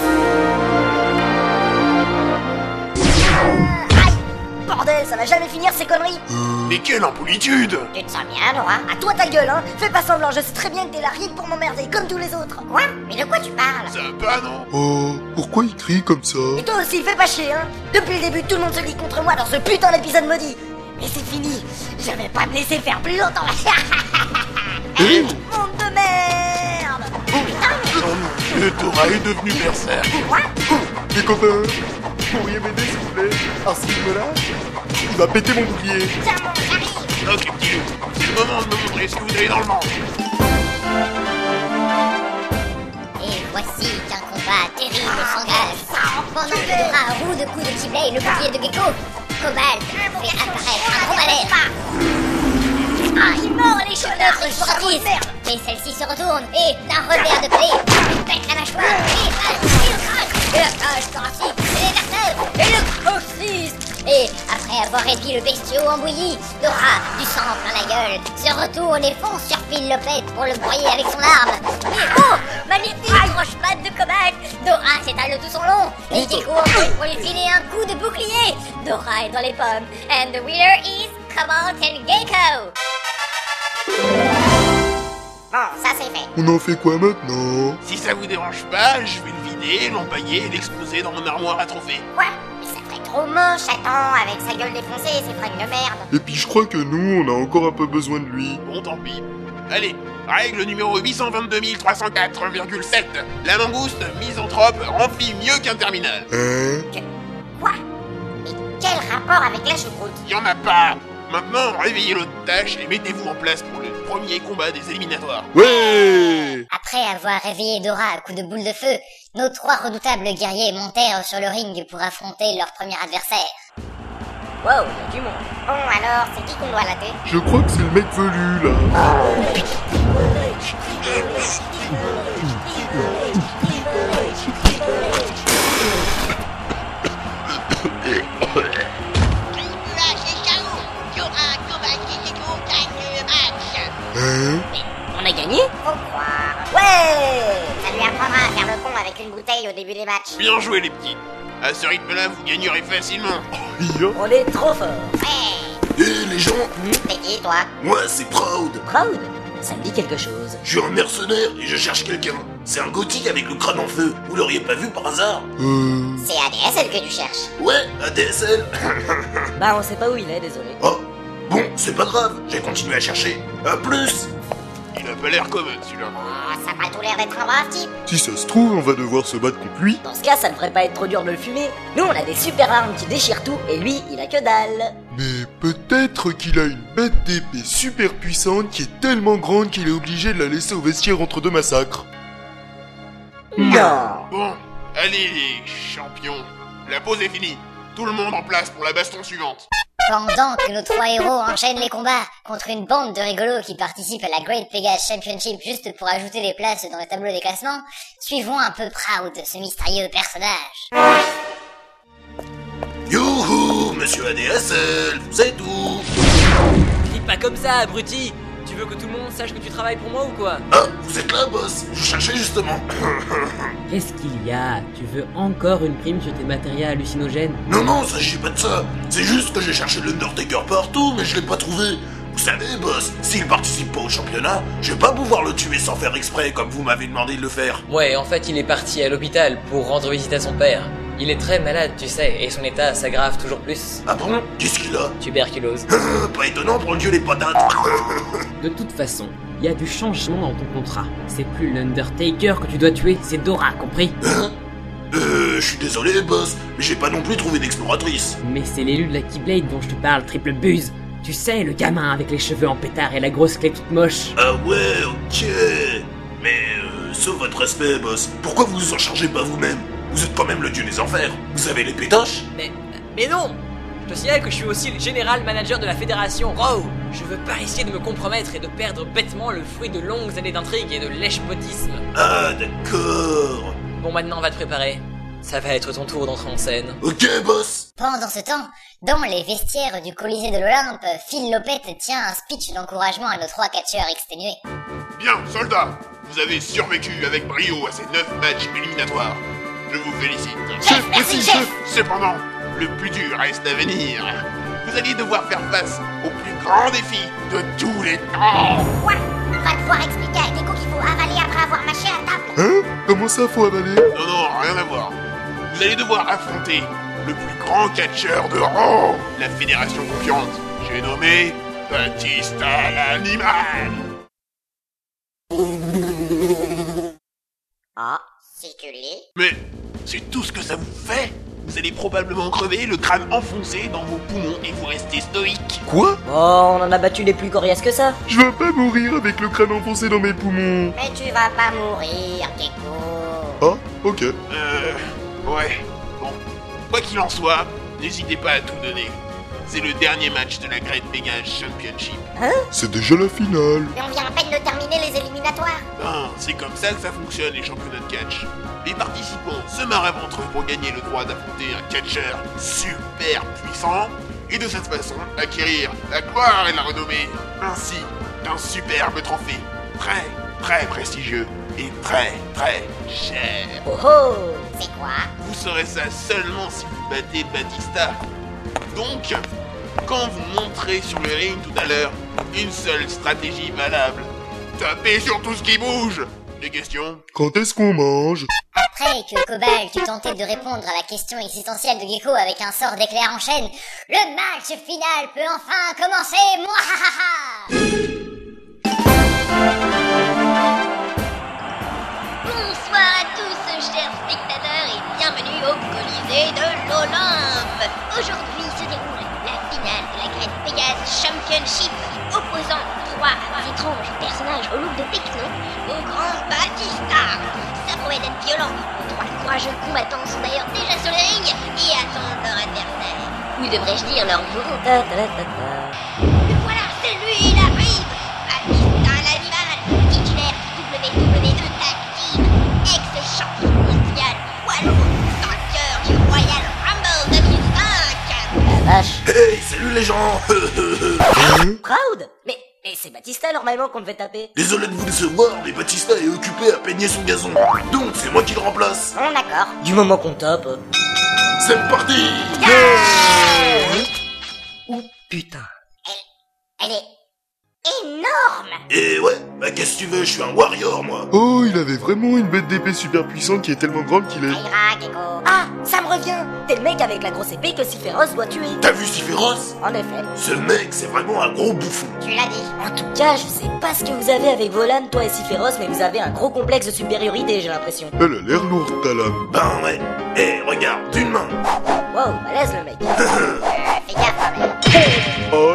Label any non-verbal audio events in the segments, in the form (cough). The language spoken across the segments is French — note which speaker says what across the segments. Speaker 1: Euh, va jamais finir ces conneries
Speaker 2: Mais quelle impolitude
Speaker 1: Tu te sens bien, Nora À toi ta gueule, hein Fais pas semblant, je sais très bien que t'es là rien que pour m'emmerder, comme tous les autres Quoi Mais de quoi tu parles
Speaker 2: Ça va pas, non
Speaker 3: Oh, pourquoi il crie comme ça Oh,
Speaker 1: Et toi aussi, fais pas chier, hein Depuis le début, tout le monde se lit contre moi dans ce putain d'épisode maudit Mais c'est fini Je vais pas me laisser faire plus longtemps (laughs)
Speaker 3: Hé
Speaker 1: Monde de merde
Speaker 2: Oh mon dieu, Dora est devenue berserk
Speaker 1: Quoi
Speaker 3: Les copains, pourriez m'aider s'il vous plaît À ce niveau-là Il va péter mon bouclier
Speaker 1: Tiens, mon j'arrive
Speaker 2: Ok, petit loup, c'est le moment de me montrer ce que vous avez dans le monde
Speaker 4: Et voici qu'un combat terrible s'engage. Pendant que Dora roue de coups de Chiblet et le bouclier de Gecko, Cobalt fait apparaître un gros balai. Ah, il mord les cheveux de Fortis Mais celle-ci se retourne et, d'un revers de plaie, lui pète la mâchoire et le et la cage thoracique et les vertèbres et le coccyx Et, après avoir réduit le bestiau en bouillie, Dora, du sang plein la gueule, se retourne et fonce sur Phil Lopette pour le broyer avec son arme. Mais oh Magnifique roche-patte de Cobalt Dora s'étale de tout son long et Gecko en profite pour lui filer un coup de bouclier Dora est dans les pommes. And the winner is Cobalt and Gecko
Speaker 1: Bon, ça c'est fait
Speaker 3: On en fait quoi maintenant
Speaker 2: Si ça vous dérange pas, je vais le vider, l'empailler et l'exposer dans mon armoire à trophées.
Speaker 1: Quoi Mais ça ferait trop moche, attends, avec sa gueule défoncée et ses fringues de merde
Speaker 3: Et puis je crois que nous, on a encore un peu besoin de lui.
Speaker 2: Bon, tant pis. Allez, règle numéro 822304,7. La langouste, misanthrope, remplit mieux qu'un terminal.
Speaker 3: Hein
Speaker 1: Quoi Mais quel rapport avec la choucroute
Speaker 2: Y en a pas Maintenant, réveillez l'autre tâche et mettez-vous en place pour le premier combat des éliminatoires.
Speaker 3: Ouais
Speaker 4: Après avoir réveillé Dora à coups de boule de feu, nos trois redoutables guerriers montèrent sur le ring pour affronter leur premier adversaire.
Speaker 1: Wow, y'a du monde Bon alors, c'est qui qu'on doit latter
Speaker 3: Je crois que c'est le mec velu, là. Hein
Speaker 5: On a gagné
Speaker 1: Faut croire Ouais Ça lui apprendra à faire le con avec une bouteille au début des matchs
Speaker 2: Bien joué, les petits. À ce rythme-là, vous gagnerez facilement.
Speaker 3: Hiya.
Speaker 5: On est trop fort.
Speaker 1: Ouais
Speaker 6: Hé les gens,
Speaker 1: T'es qui toi
Speaker 6: moi c'est Proud.
Speaker 5: Proud Ça me dit quelque chose.
Speaker 6: Je suis un mercenaire et je cherche quelqu'un. C'est un gothique avec le crâne en feu. Vous l'auriez pas vu par hasard
Speaker 3: Euh...
Speaker 1: C'est ADSL que tu cherches
Speaker 6: Ouais, ADSL.
Speaker 5: Bah, on sait pas où il est, désolé.
Speaker 6: oh, bon, c'est pas grave. J'ai continué à chercher. À plus.
Speaker 2: Il a pas l'air comme eux, celui-là.
Speaker 1: Oh, ça a pas tout l'air d'être un brave type
Speaker 3: Si ça se trouve, on va devoir se battre contre lui.
Speaker 5: Dans ce cas, ça devrait pas être trop dur de le fumer. Nous, on a des super armes qui déchirent tout, et lui, il a que dalle.
Speaker 3: Mais peut-être qu'il a une bête d'épée super puissante qui est tellement grande qu'il est obligé de la laisser au vestiaire entre deux massacres.
Speaker 5: Non
Speaker 2: Bon, allez, les champions. La pause est finie. Tout le monde en place pour la baston suivante.
Speaker 4: Pendant que nos trois héros enchaînent les combats contre une bande de rigolos qui participent à la Great Pegasus Championship juste pour ajouter des places dans le tableau des classements, suivons un peu Proud, ce mystérieux personnage.
Speaker 6: Youhou, monsieur ADSL, c'est tout.
Speaker 7: Clique pas comme ça, abruti Tu veux que tout le monde sache que tu travailles pour moi ou quoi
Speaker 6: Ah, vous êtes là, boss. Je cherchais justement. (coughs)
Speaker 8: Qu'est-ce qu'il y a Tu veux encore une prime sur tes matériaux hallucinogènes
Speaker 6: Non, non, s'agit pas de ça. C'est juste que j'ai cherché l'Undertaker partout, mais je l'ai pas trouvé. Vous savez, boss, s'il participe pas au championnat, je vais pas pouvoir le tuer sans faire exprès, comme vous m'avez demandé de le faire.
Speaker 7: Ouais, en fait, il est parti à l'hôpital pour rendre visite à son père. Il est très malade, tu sais, et son état s'aggrave toujours plus.
Speaker 6: Ah bon Qu'est-ce qu'il a
Speaker 7: Tuberculose.
Speaker 6: Euh, Pas étonnant pour le dieu les patates.
Speaker 8: De toute façon, il y a du changement dans ton contrat. C'est plus l'Undertaker que tu dois tuer, c'est Dora, compris
Speaker 6: euh, je suis désolé, boss, mais j'ai pas non plus trouvé d'exploratrice.
Speaker 8: Mais c'est l'élu de la Keyblade dont je te parle, triple buse. Tu sais, le gamin avec les cheveux en pétard et la grosse clé toute moche.
Speaker 6: Ah ouais, ok. Mais, euh, sauf votre respect, boss, pourquoi vous vous en chargez pas vous-même Vous êtes quand même le dieu des enfers. Vous avez les pétaches
Speaker 7: Mais, mais non Je te signale que je suis aussi le général manager de la fédération Raw Je veux pas risquer de me compromettre et de perdre bêtement le fruit de longues années d'intrigue et de lèche-potisme.
Speaker 6: Ah, d'accord.
Speaker 7: Bon, maintenant, on va te préparer. Ça va être ton tour d'entrer en scène.
Speaker 6: Ok, boss.
Speaker 4: Pendant ce temps, dans les vestiaires du Colisée de l'Olympe, Phil Lopette tient un speech d'encouragement à nos trois catcheurs exténués.
Speaker 2: Bien, soldats, vous avez survécu avec brio à ces 9 matchs éliminatoires. Je vous félicite.
Speaker 1: Chef, merci, chef
Speaker 2: Cependant, le plus dur reste à venir. vous allez devoir faire face au plus grand défi de tous les temps.
Speaker 4: Quoi On va devoir expliquer à Gecko qu'il faut avaler après avoir mâché à table.
Speaker 3: Hein Comment ça faut avaler
Speaker 2: Non, non, rien à voir. Vous allez devoir affronter le plus grand catcheur de rang, la Fédération Confiante. J'ai nommé Batista l'animal.
Speaker 5: Ah,
Speaker 4: Circuler.
Speaker 2: Mais c'est tout ce que ça vous fait Vous allez probablement crever, le crâne enfoncé dans vos poumons et vous restez stoïque.
Speaker 3: Quoi
Speaker 5: oh, on en a battu des plus coriaces que ça.
Speaker 3: Je vais pas mourir avec le crâne enfoncé dans mes poumons.
Speaker 4: Mais tu vas pas mourir, Gecko.
Speaker 3: Ah, ok.
Speaker 2: Euh... Ouais. Bon. Quoi qu'il en soit, n'hésitez pas à tout donner. C'est le dernier match de la Great Mega Championship.
Speaker 3: C'est déjà la finale.
Speaker 4: Mais on vient à peine de terminer les éliminatoires.
Speaker 2: Ben, c'est comme ça que ça fonctionne les championnats de catch. Les participants se marrent entre eux pour gagner le droit d'affronter un catcheur super puissant et de cette façon acquérir la gloire et la renommée ainsi d'un superbe trophée très très prestigieux et très très cher.
Speaker 5: Oh oh
Speaker 4: C'est quoi
Speaker 2: Vous saurez ça seulement si vous battez Batista. Donc, quand vous monterez sur le ring tout à l'heure, une seule stratégie valable. Tapez sur tout ce qui bouge Des questions
Speaker 3: Quand est-ce qu'on mange
Speaker 4: Après que Cobalt eut tenté de répondre à la question existentielle de Gecko avec un sort d'éclair en chaîne, le match final peut enfin commencer Mouahaha Bonsoir à tous, chers spectateurs, et bienvenue au Colisée de l'Olympe. Aujourd'hui se déroule la finale de la Great Pegasus Championship, opposant trois étranges personnages au look de Pékin au grand Batista. Ça promet d'être violent. Les trois courageux combattants sont d'ailleurs déjà sur le ring et attendent leur adversaire. Ou devrais-je dire leur bourreau
Speaker 5: Ta ta ta ta.
Speaker 4: le voilà, c'est lui, il arrive Batista l'animal, titulaire du WWE Tag Team, ex-champion mondial, Walloon, vainqueur du Royal Rumble 2005
Speaker 5: La vache.
Speaker 6: Hey, salut les gens (laughs)
Speaker 5: Proud Mais, mais c'est Batista normalement qu'on devait taper.
Speaker 6: Désolé de vous décevoir, mais Batista est occupé à peigner son gazon. Donc c'est moi qui le remplace.
Speaker 5: Bon d'accord. Du moment qu'on tape.
Speaker 6: C'est parti
Speaker 5: Ou putain.
Speaker 4: Elle est énorme
Speaker 6: Et ouais, bah qu'est-ce que tu veux, je suis un warrior moi.
Speaker 3: Oh, il avait vraiment une bête d'épée super puissante qui est tellement grande qu'il est...
Speaker 4: Aïra, Gecko.
Speaker 5: Ah, ça me revient T'es le mec avec la grosse épée que Siphéros doit tuer.
Speaker 6: T'as vu si féroce
Speaker 5: En effet.
Speaker 6: Ce mec, c'est vraiment un gros bouffon.
Speaker 4: Tu l'as dit.
Speaker 5: En tout cas, je sais pas ce que vous avez avec vos lames, toi et Siphéros, mais vous avez un gros complexe de supériorité, j'ai l'impression.
Speaker 3: Elle a l'air lourde, ta lame.
Speaker 6: Ben ouais. Eh, regarde, d'une main.
Speaker 5: Wow, malaise le mec.
Speaker 4: Euh, fais gaffe.
Speaker 3: Aïe oh.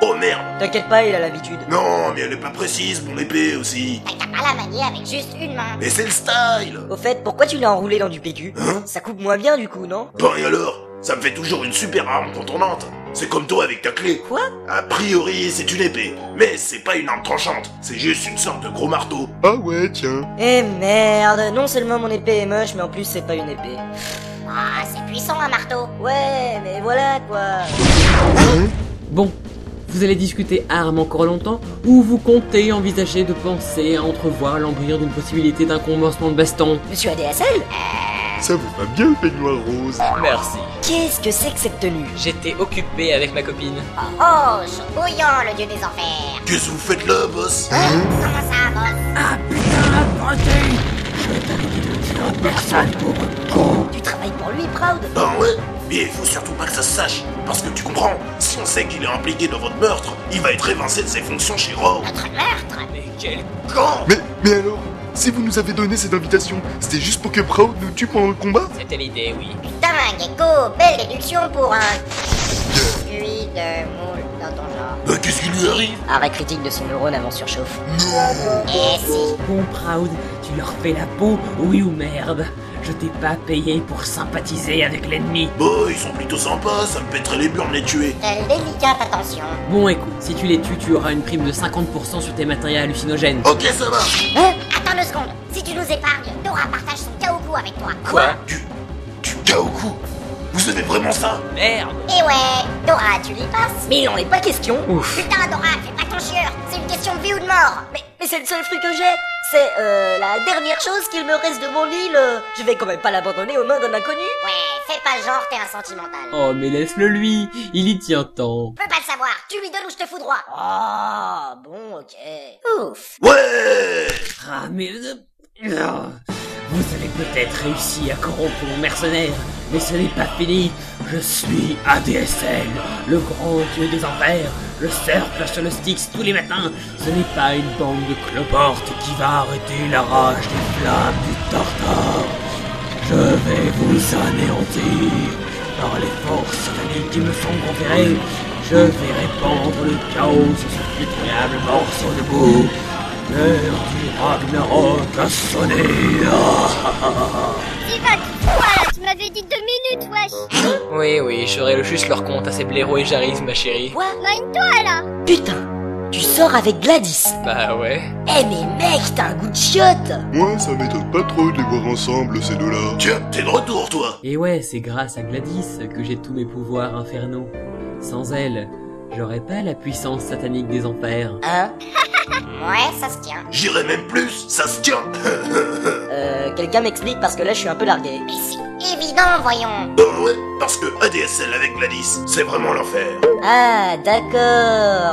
Speaker 6: Oh merde.
Speaker 5: T'inquiète pas, il a l'habitude.
Speaker 6: Non, mais elle est pas précise, mon épée aussi.
Speaker 4: T'as qu'à pas la manier avec juste une main.
Speaker 6: Mais c'est le style.
Speaker 5: Au fait, pourquoi tu l'as enroulé dans du PQ
Speaker 6: Hein
Speaker 5: Ça coupe moins bien du coup, non
Speaker 6: Ben et alors Ça me fait toujours une super arme contournante. C'est comme toi avec ta clé.
Speaker 5: Quoi
Speaker 6: A priori, c'est une épée. Mais c'est pas une arme tranchante. C'est juste une sorte de gros marteau.
Speaker 3: Ah ouais, tiens.
Speaker 5: Eh merde, non seulement mon épée est moche, mais en plus c'est pas une épée.
Speaker 4: Ah, c'est puissant un marteau.
Speaker 5: Ouais, mais voilà quoi.
Speaker 3: Hein
Speaker 8: Bon, vous allez discuter armes encore longtemps ou vous comptez envisager de penser à entrevoir l'embryon d'une possibilité d'un commencement de baston
Speaker 5: Monsieur ADSL
Speaker 3: Ça vous va bien le peignoir rose.
Speaker 7: Merci.
Speaker 5: Qu'est-ce que c'est que cette tenue
Speaker 7: J'étais occupé avec ma copine.
Speaker 4: Oh, oh, chaud bouillant, le dieu des enfers.
Speaker 6: Qu'est-ce que vous faites là, boss
Speaker 4: Comment ça, boss
Speaker 5: Tu travailles pour lui, Proud
Speaker 6: Ben ouais. Mais faut surtout pas que ça se sache. Parce que tu comprends, si on sait qu'il est impliqué dans votre meurtre, il va être évincé de ses fonctions chez Raw.
Speaker 4: Notre meurtre
Speaker 7: Mais quel
Speaker 6: Quand
Speaker 3: Mais, mais alors Si vous nous avez donné cette invitation, c'était juste pour que Proud nous tue pendant le combat
Speaker 7: C'était l'idée, oui.
Speaker 4: Putain, Gecko, belle déduction pour un... Biscuit de moule dans ton genre.
Speaker 6: Ben qu'est-ce qui lui arrive
Speaker 5: Arrêt critique de son neurone avant surchauffe.
Speaker 4: Eh si,
Speaker 8: Bon Proud, tu leur fais la peau, oui ou merde Je t'ai pas payé pour sympathiser avec l'ennemi.
Speaker 6: Bah, ils sont plutôt sympas, ça me pèterait les burnes les tuer.
Speaker 4: quelle délicate attention.
Speaker 8: Bon écoute, si tu les tues, tu auras une prime de 50% sur tes matériaux hallucinogènes.
Speaker 6: Ok, ça marche.
Speaker 4: Hein Attends deux secondes. Si tu nous épargnes, Dora partage son kaoku avec toi.
Speaker 7: Quoi
Speaker 6: Du... du Kaoku Vous avez vraiment ça
Speaker 7: Merde
Speaker 4: Eh ouais, Dora, tu l'y passes
Speaker 5: Mais il en est pas question
Speaker 4: Putain, Dora, fais pas ton chieur. C'est une question de vie ou de mort.
Speaker 5: Mais, mais c'est le seul fruit que j'ai C'est euh, la dernière chose qu'il me reste de mon île. euh, Je vais quand même pas l'abandonner aux mains d'un inconnu.
Speaker 4: Ouais, fais pas genre, t'es un sentimental.
Speaker 8: Oh, mais laisse-le lui, il y tient tant.
Speaker 4: Peux pas le savoir, tu lui donnes ou je te fous droit.
Speaker 5: Ah, bon, ok.
Speaker 4: Ouf.
Speaker 6: Ouais
Speaker 8: Ah, mais... euh, ah. Vous avez peut-être réussi à corrompre mon mercenaire, mais ce n'est pas fini. Je suis ADSL, le grand dieu des enfers. Le surf sur le Styx tous les matins. Ce n'est pas une bande de cloportes qui va arrêter la rage des flammes du Tartare. Je vais vous anéantir. Par les forces sataniques qui me sont conférées, je vais répandre le chaos sur ce pitoyable morceau de boue. L'heure du Ragnarok a sonné. Ah.
Speaker 4: Divac, voilà, tu m'avais dit deux minutes, wesh.
Speaker 7: Oui, oui, je juste leur compte à ces blaireaux et Jaris, ma chérie.
Speaker 4: Mine-toi, là.
Speaker 5: Putain, tu sors avec Gladys.
Speaker 7: Bah ouais.
Speaker 5: Eh mais mec, t'as un goût de chiotte.
Speaker 3: Moi, ça m'étonne pas trop de les voir ensemble, ces deux-là.
Speaker 6: Tiens, t'es de retour, toi
Speaker 8: Et ouais, c'est grâce à Gladys que j'ai tous mes pouvoirs infernaux. Sans elle, j'aurais pas la puissance satanique des enfers.
Speaker 5: Hein
Speaker 4: Ouais, ça se tient.
Speaker 6: J'irai même plus, ça se tient
Speaker 5: Euh, quelqu'un m'explique parce que là je suis un peu largué.
Speaker 4: Mais c'est évident, voyons.
Speaker 6: Bah ouais, parce que ADSL avec Gladys, c'est vraiment l'enfer.
Speaker 5: Ah, d'accord.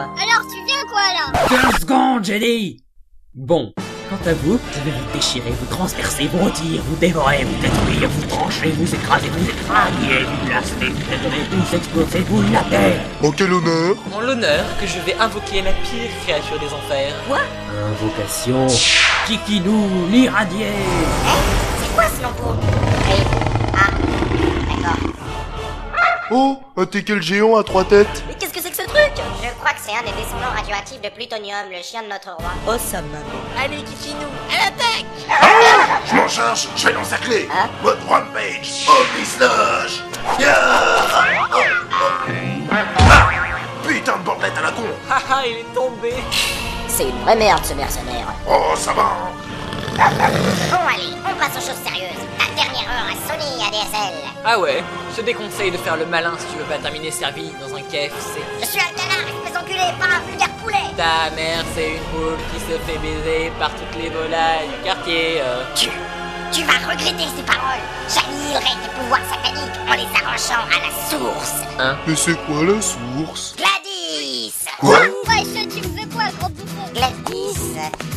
Speaker 4: Alors, tu viens, quoi, là
Speaker 8: 15 secondes, j'ai dit Bon, quant à vous, je vais vous déchirer, vous transpercer, vous rôtir, vous dévorer, vous détruire, vous trancher, vous écraser, vous écraser, vous blaster, vous détonner, vous exploser, vous latter
Speaker 3: En quel honneur
Speaker 7: En l'honneur que je vais invoquer la pire créature des enfers.
Speaker 8: Invocation Kikinou, l'irradier
Speaker 4: C'est quoi ce lambeau Eh, Ah, d'accord.
Speaker 3: Oh, un teckel géant à trois têtes
Speaker 5: Mais qu'est-ce que c'est que ce truc
Speaker 4: Je crois que c'est un des descendants radioactifs de Plutonium, le chien de notre roi.
Speaker 5: Oh, ça m'a...
Speaker 1: Allez, Kikinou,
Speaker 6: Je m'en charge, je vais l'encercler Mode rampage, au visage Ah! Putain de bordelette à la con
Speaker 7: Haha, Ah il est tombé.
Speaker 5: C'est une vraie merde ce mercenaire.
Speaker 6: Oh, ça va hein.
Speaker 4: Bon, allez, on passe aux choses sérieuses. Ta dernière heure à Sony, ADSL.
Speaker 7: Ah ouais, je te déconseille de faire le malin si tu veux pas terminer servi dans un KFC.
Speaker 4: Je suis Alcalar, espèce enculée, pas un vulgaire poulet.
Speaker 7: Ta mère, c'est une poule qui se fait baiser par toutes les volailles du quartier. euh.
Speaker 4: Tu, tu vas regretter ces paroles. J'annihilerai tes pouvoirs sataniques en les arrachant à la source.
Speaker 3: Mais c'est quoi la source
Speaker 4: Gladys
Speaker 3: Quoi
Speaker 4: Wesh, tu me veux quoi, gros bouffon Gladys,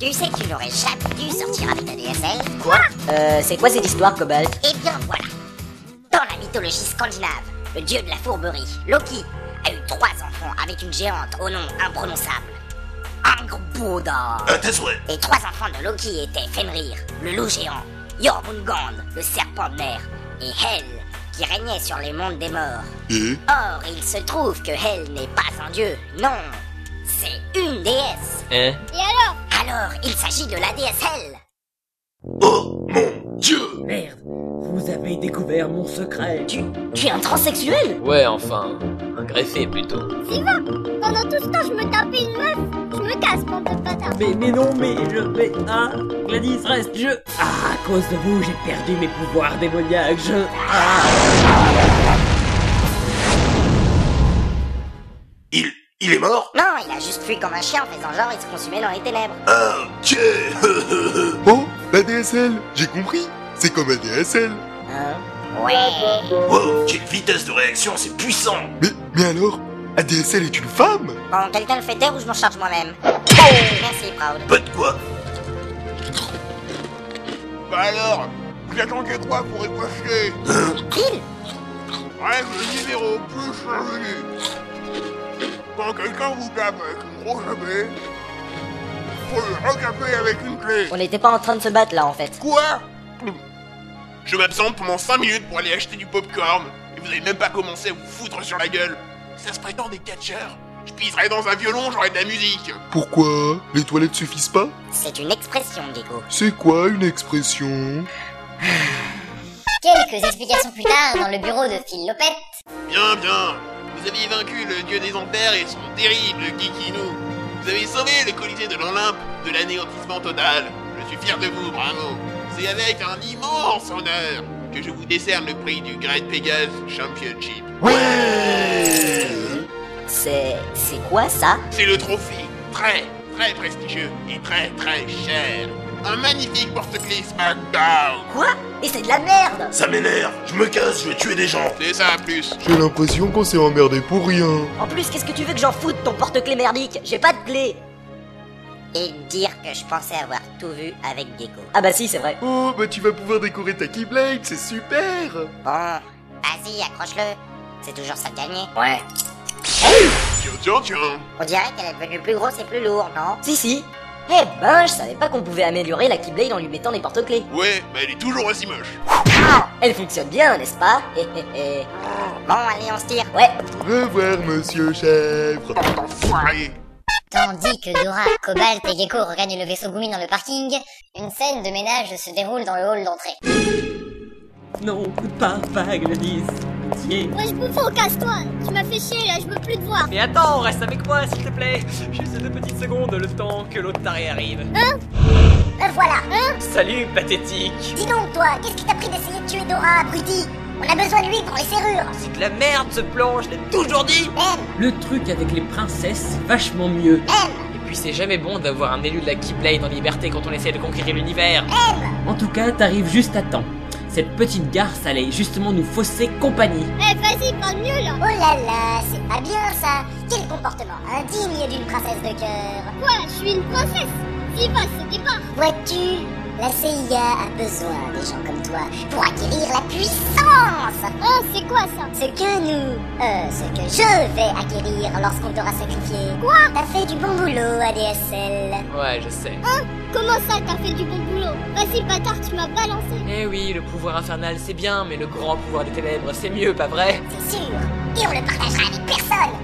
Speaker 4: tu sais que tu n'aurais jamais dû sortir avec ta DSL Quoi
Speaker 5: Euh, c'est quoi cette histoire, Cobalt
Speaker 4: Eh bien voilà. Dans la mythologie scandinave, le dieu de la fourberie, Loki, a eu trois enfants avec une géante au nom imprononçable. Angrboda.
Speaker 6: Euh, t'es souhait.
Speaker 4: Les trois enfants de Loki étaient Fenrir, le loup géant, Jormungand, le serpent de mer, et Hel, qui régnait sur les mondes des morts.
Speaker 3: Et
Speaker 4: Or, il se trouve que Hel n'est pas un dieu, non, c'est une déesse.
Speaker 7: Hein
Speaker 4: Alors, il s'agit de la déesse Hel.
Speaker 6: Oh, mon dieu
Speaker 8: Merde, vous avez découvert mon secret
Speaker 5: Tu... tu es un transsexuel
Speaker 7: Ouais, enfin, un greffé plutôt.
Speaker 4: Pendant tout ce temps, je me tapais une meuf. Je me casse, mon de bâtard.
Speaker 8: Mais, mais non, mais je vais... Ah, Gladys, reste, je... Ah, à cause de vous, j'ai perdu mes pouvoirs démoniaques, je... ah,
Speaker 6: Il... il est mort
Speaker 4: Non, il a juste fui comme un chien en faisant genre il se consumait dans les ténèbres.
Speaker 6: Ok
Speaker 3: Oh, la DSL J'ai compris C'est comme la DSL
Speaker 4: Ouais.
Speaker 6: (laughs) Wow, quelle vitesse de réaction, c'est puissant
Speaker 3: Mais, mais alors ADSL est une femme
Speaker 4: Bon, quelqu'un le fait taire ou je m'en charge moi-même Merci, Proud.
Speaker 6: Pas de quoi
Speaker 2: Bah alors, j'attends que toi pour écocher
Speaker 4: Kill
Speaker 2: Bref, le numéro plus changé. Quand quelqu'un vous tape avec une grosse épée, faut le recaper avec une clé.
Speaker 5: On n'était pas en train de se battre là en fait.
Speaker 2: Quoi Je m'absente pendant 5 minutes pour aller acheter du popcorn, et vous avez même pas commencé à vous foutre sur la gueule. Ça se prétend des catcheurs. Je pisserai dans un violon, j'aurai de la musique.
Speaker 3: Pourquoi Les toilettes suffisent pas
Speaker 4: C'est une expression, Gecko.
Speaker 3: C'est quoi une expression
Speaker 4: Quelques explications plus tard dans le bureau de Phil Lopette.
Speaker 2: Bien, bien. Vous avez vaincu le dieu des enfers et son terrible Kikinou. Vous avez sauvé le Colisée de l'Olympe de l'anéantissement total. Je suis fier de vous, bravo. C'est avec un immense honneur que je vous décerne le prix du Great Pegasus Championship.
Speaker 5: C'est... c'est quoi ça
Speaker 2: C'est le trophée très, très prestigieux et très, très cher Un magnifique porte-clés SmackDown
Speaker 4: Quoi Mais c'est de la merde
Speaker 6: Ça m'énerve, je me casse, je vais tuer des gens.
Speaker 2: C'est ça, plus
Speaker 3: J'ai l'impression qu'on s'est emmerdé pour rien.
Speaker 5: En plus, qu'est-ce que tu veux que j'en foute ton porte-clés merdique J'ai pas de clé.
Speaker 4: Et dire que je pensais avoir tout vu avec Gecko.
Speaker 5: Ah bah si, c'est vrai.
Speaker 3: Oh, bah tu vas pouvoir décorer ta Keyblade, c'est super
Speaker 4: Bon, vas-y, accroche-le. C'est toujours ça de gagner.
Speaker 5: Ouais.
Speaker 2: Tiens, tiens, tiens
Speaker 4: On dirait qu'elle est devenue plus grosse et plus lourde, non
Speaker 5: Si, si. Eh ben, je savais pas qu'on pouvait améliorer la Keyblade en lui mettant des porte-clés.
Speaker 2: Ouais, mais elle est toujours aussi moche
Speaker 5: Elle fonctionne bien, n'est-ce pas (laughs) Eh, eh, eh.
Speaker 4: Bon, allez, on se tire.
Speaker 5: Ouais,
Speaker 3: Au revoir, monsieur chèvre
Speaker 2: Bande d'enfoirés
Speaker 9: Tandis que Dora, Cobalt et Gecko regagnent le vaisseau Gumi dans le parking, une scène de ménage se déroule dans le hall d'entrée.
Speaker 10: Non, pas Pagladis. Pitié.
Speaker 11: Wesh bouffon, casse-toi Tu m'as fait chier là, je veux plus te voir
Speaker 8: Mais attends, reste avec moi, s'il te plaît. Juste deux petites secondes, le temps que l'autre taré arrive.
Speaker 4: Ben voilà
Speaker 8: Salut, pathétique.
Speaker 4: Dis donc, toi, qu'est-ce qui t'a pris d'essayer de tuer Dora, abruti On a besoin de lui pour les serrures
Speaker 8: C'est de la merde, ce plan, je l'ai toujours dit. oh.
Speaker 10: Le truc avec les princesses, c'est vachement mieux.
Speaker 8: Et puis c'est jamais bon d'avoir un élu de la Keyblade en liberté quand on essaie de conquérir l'univers. Oh.
Speaker 10: En tout cas, t'arrives juste à temps. Cette petite garce allait justement nous fausser compagnie.
Speaker 11: Eh vas-y, parle mieux là
Speaker 4: Oh là là, c'est pas bien ça Quel comportement indigne d'une princesse de cœur
Speaker 11: Quoi Je suis une princesse Viva ce départ
Speaker 4: Vois-tu, la CIA a besoin des gens comme toi pour acquérir la puissance
Speaker 11: Hein, c'est quoi ça
Speaker 4: Ce que nous, euh, ce que je vais acquérir lorsqu'on t'aura sacrifié. Quoi T'as fait du bon boulot, ADSL.
Speaker 8: Ouais, je sais.
Speaker 11: Comment ça, t'as fait du bon boulot Vas-y, bâtard, tu m'as balancé
Speaker 8: Eh oui, le pouvoir infernal c'est bien, mais le grand pouvoir des ténèbres c'est mieux, pas vrai
Speaker 4: C'est sûr. Et on le partagera avec personne.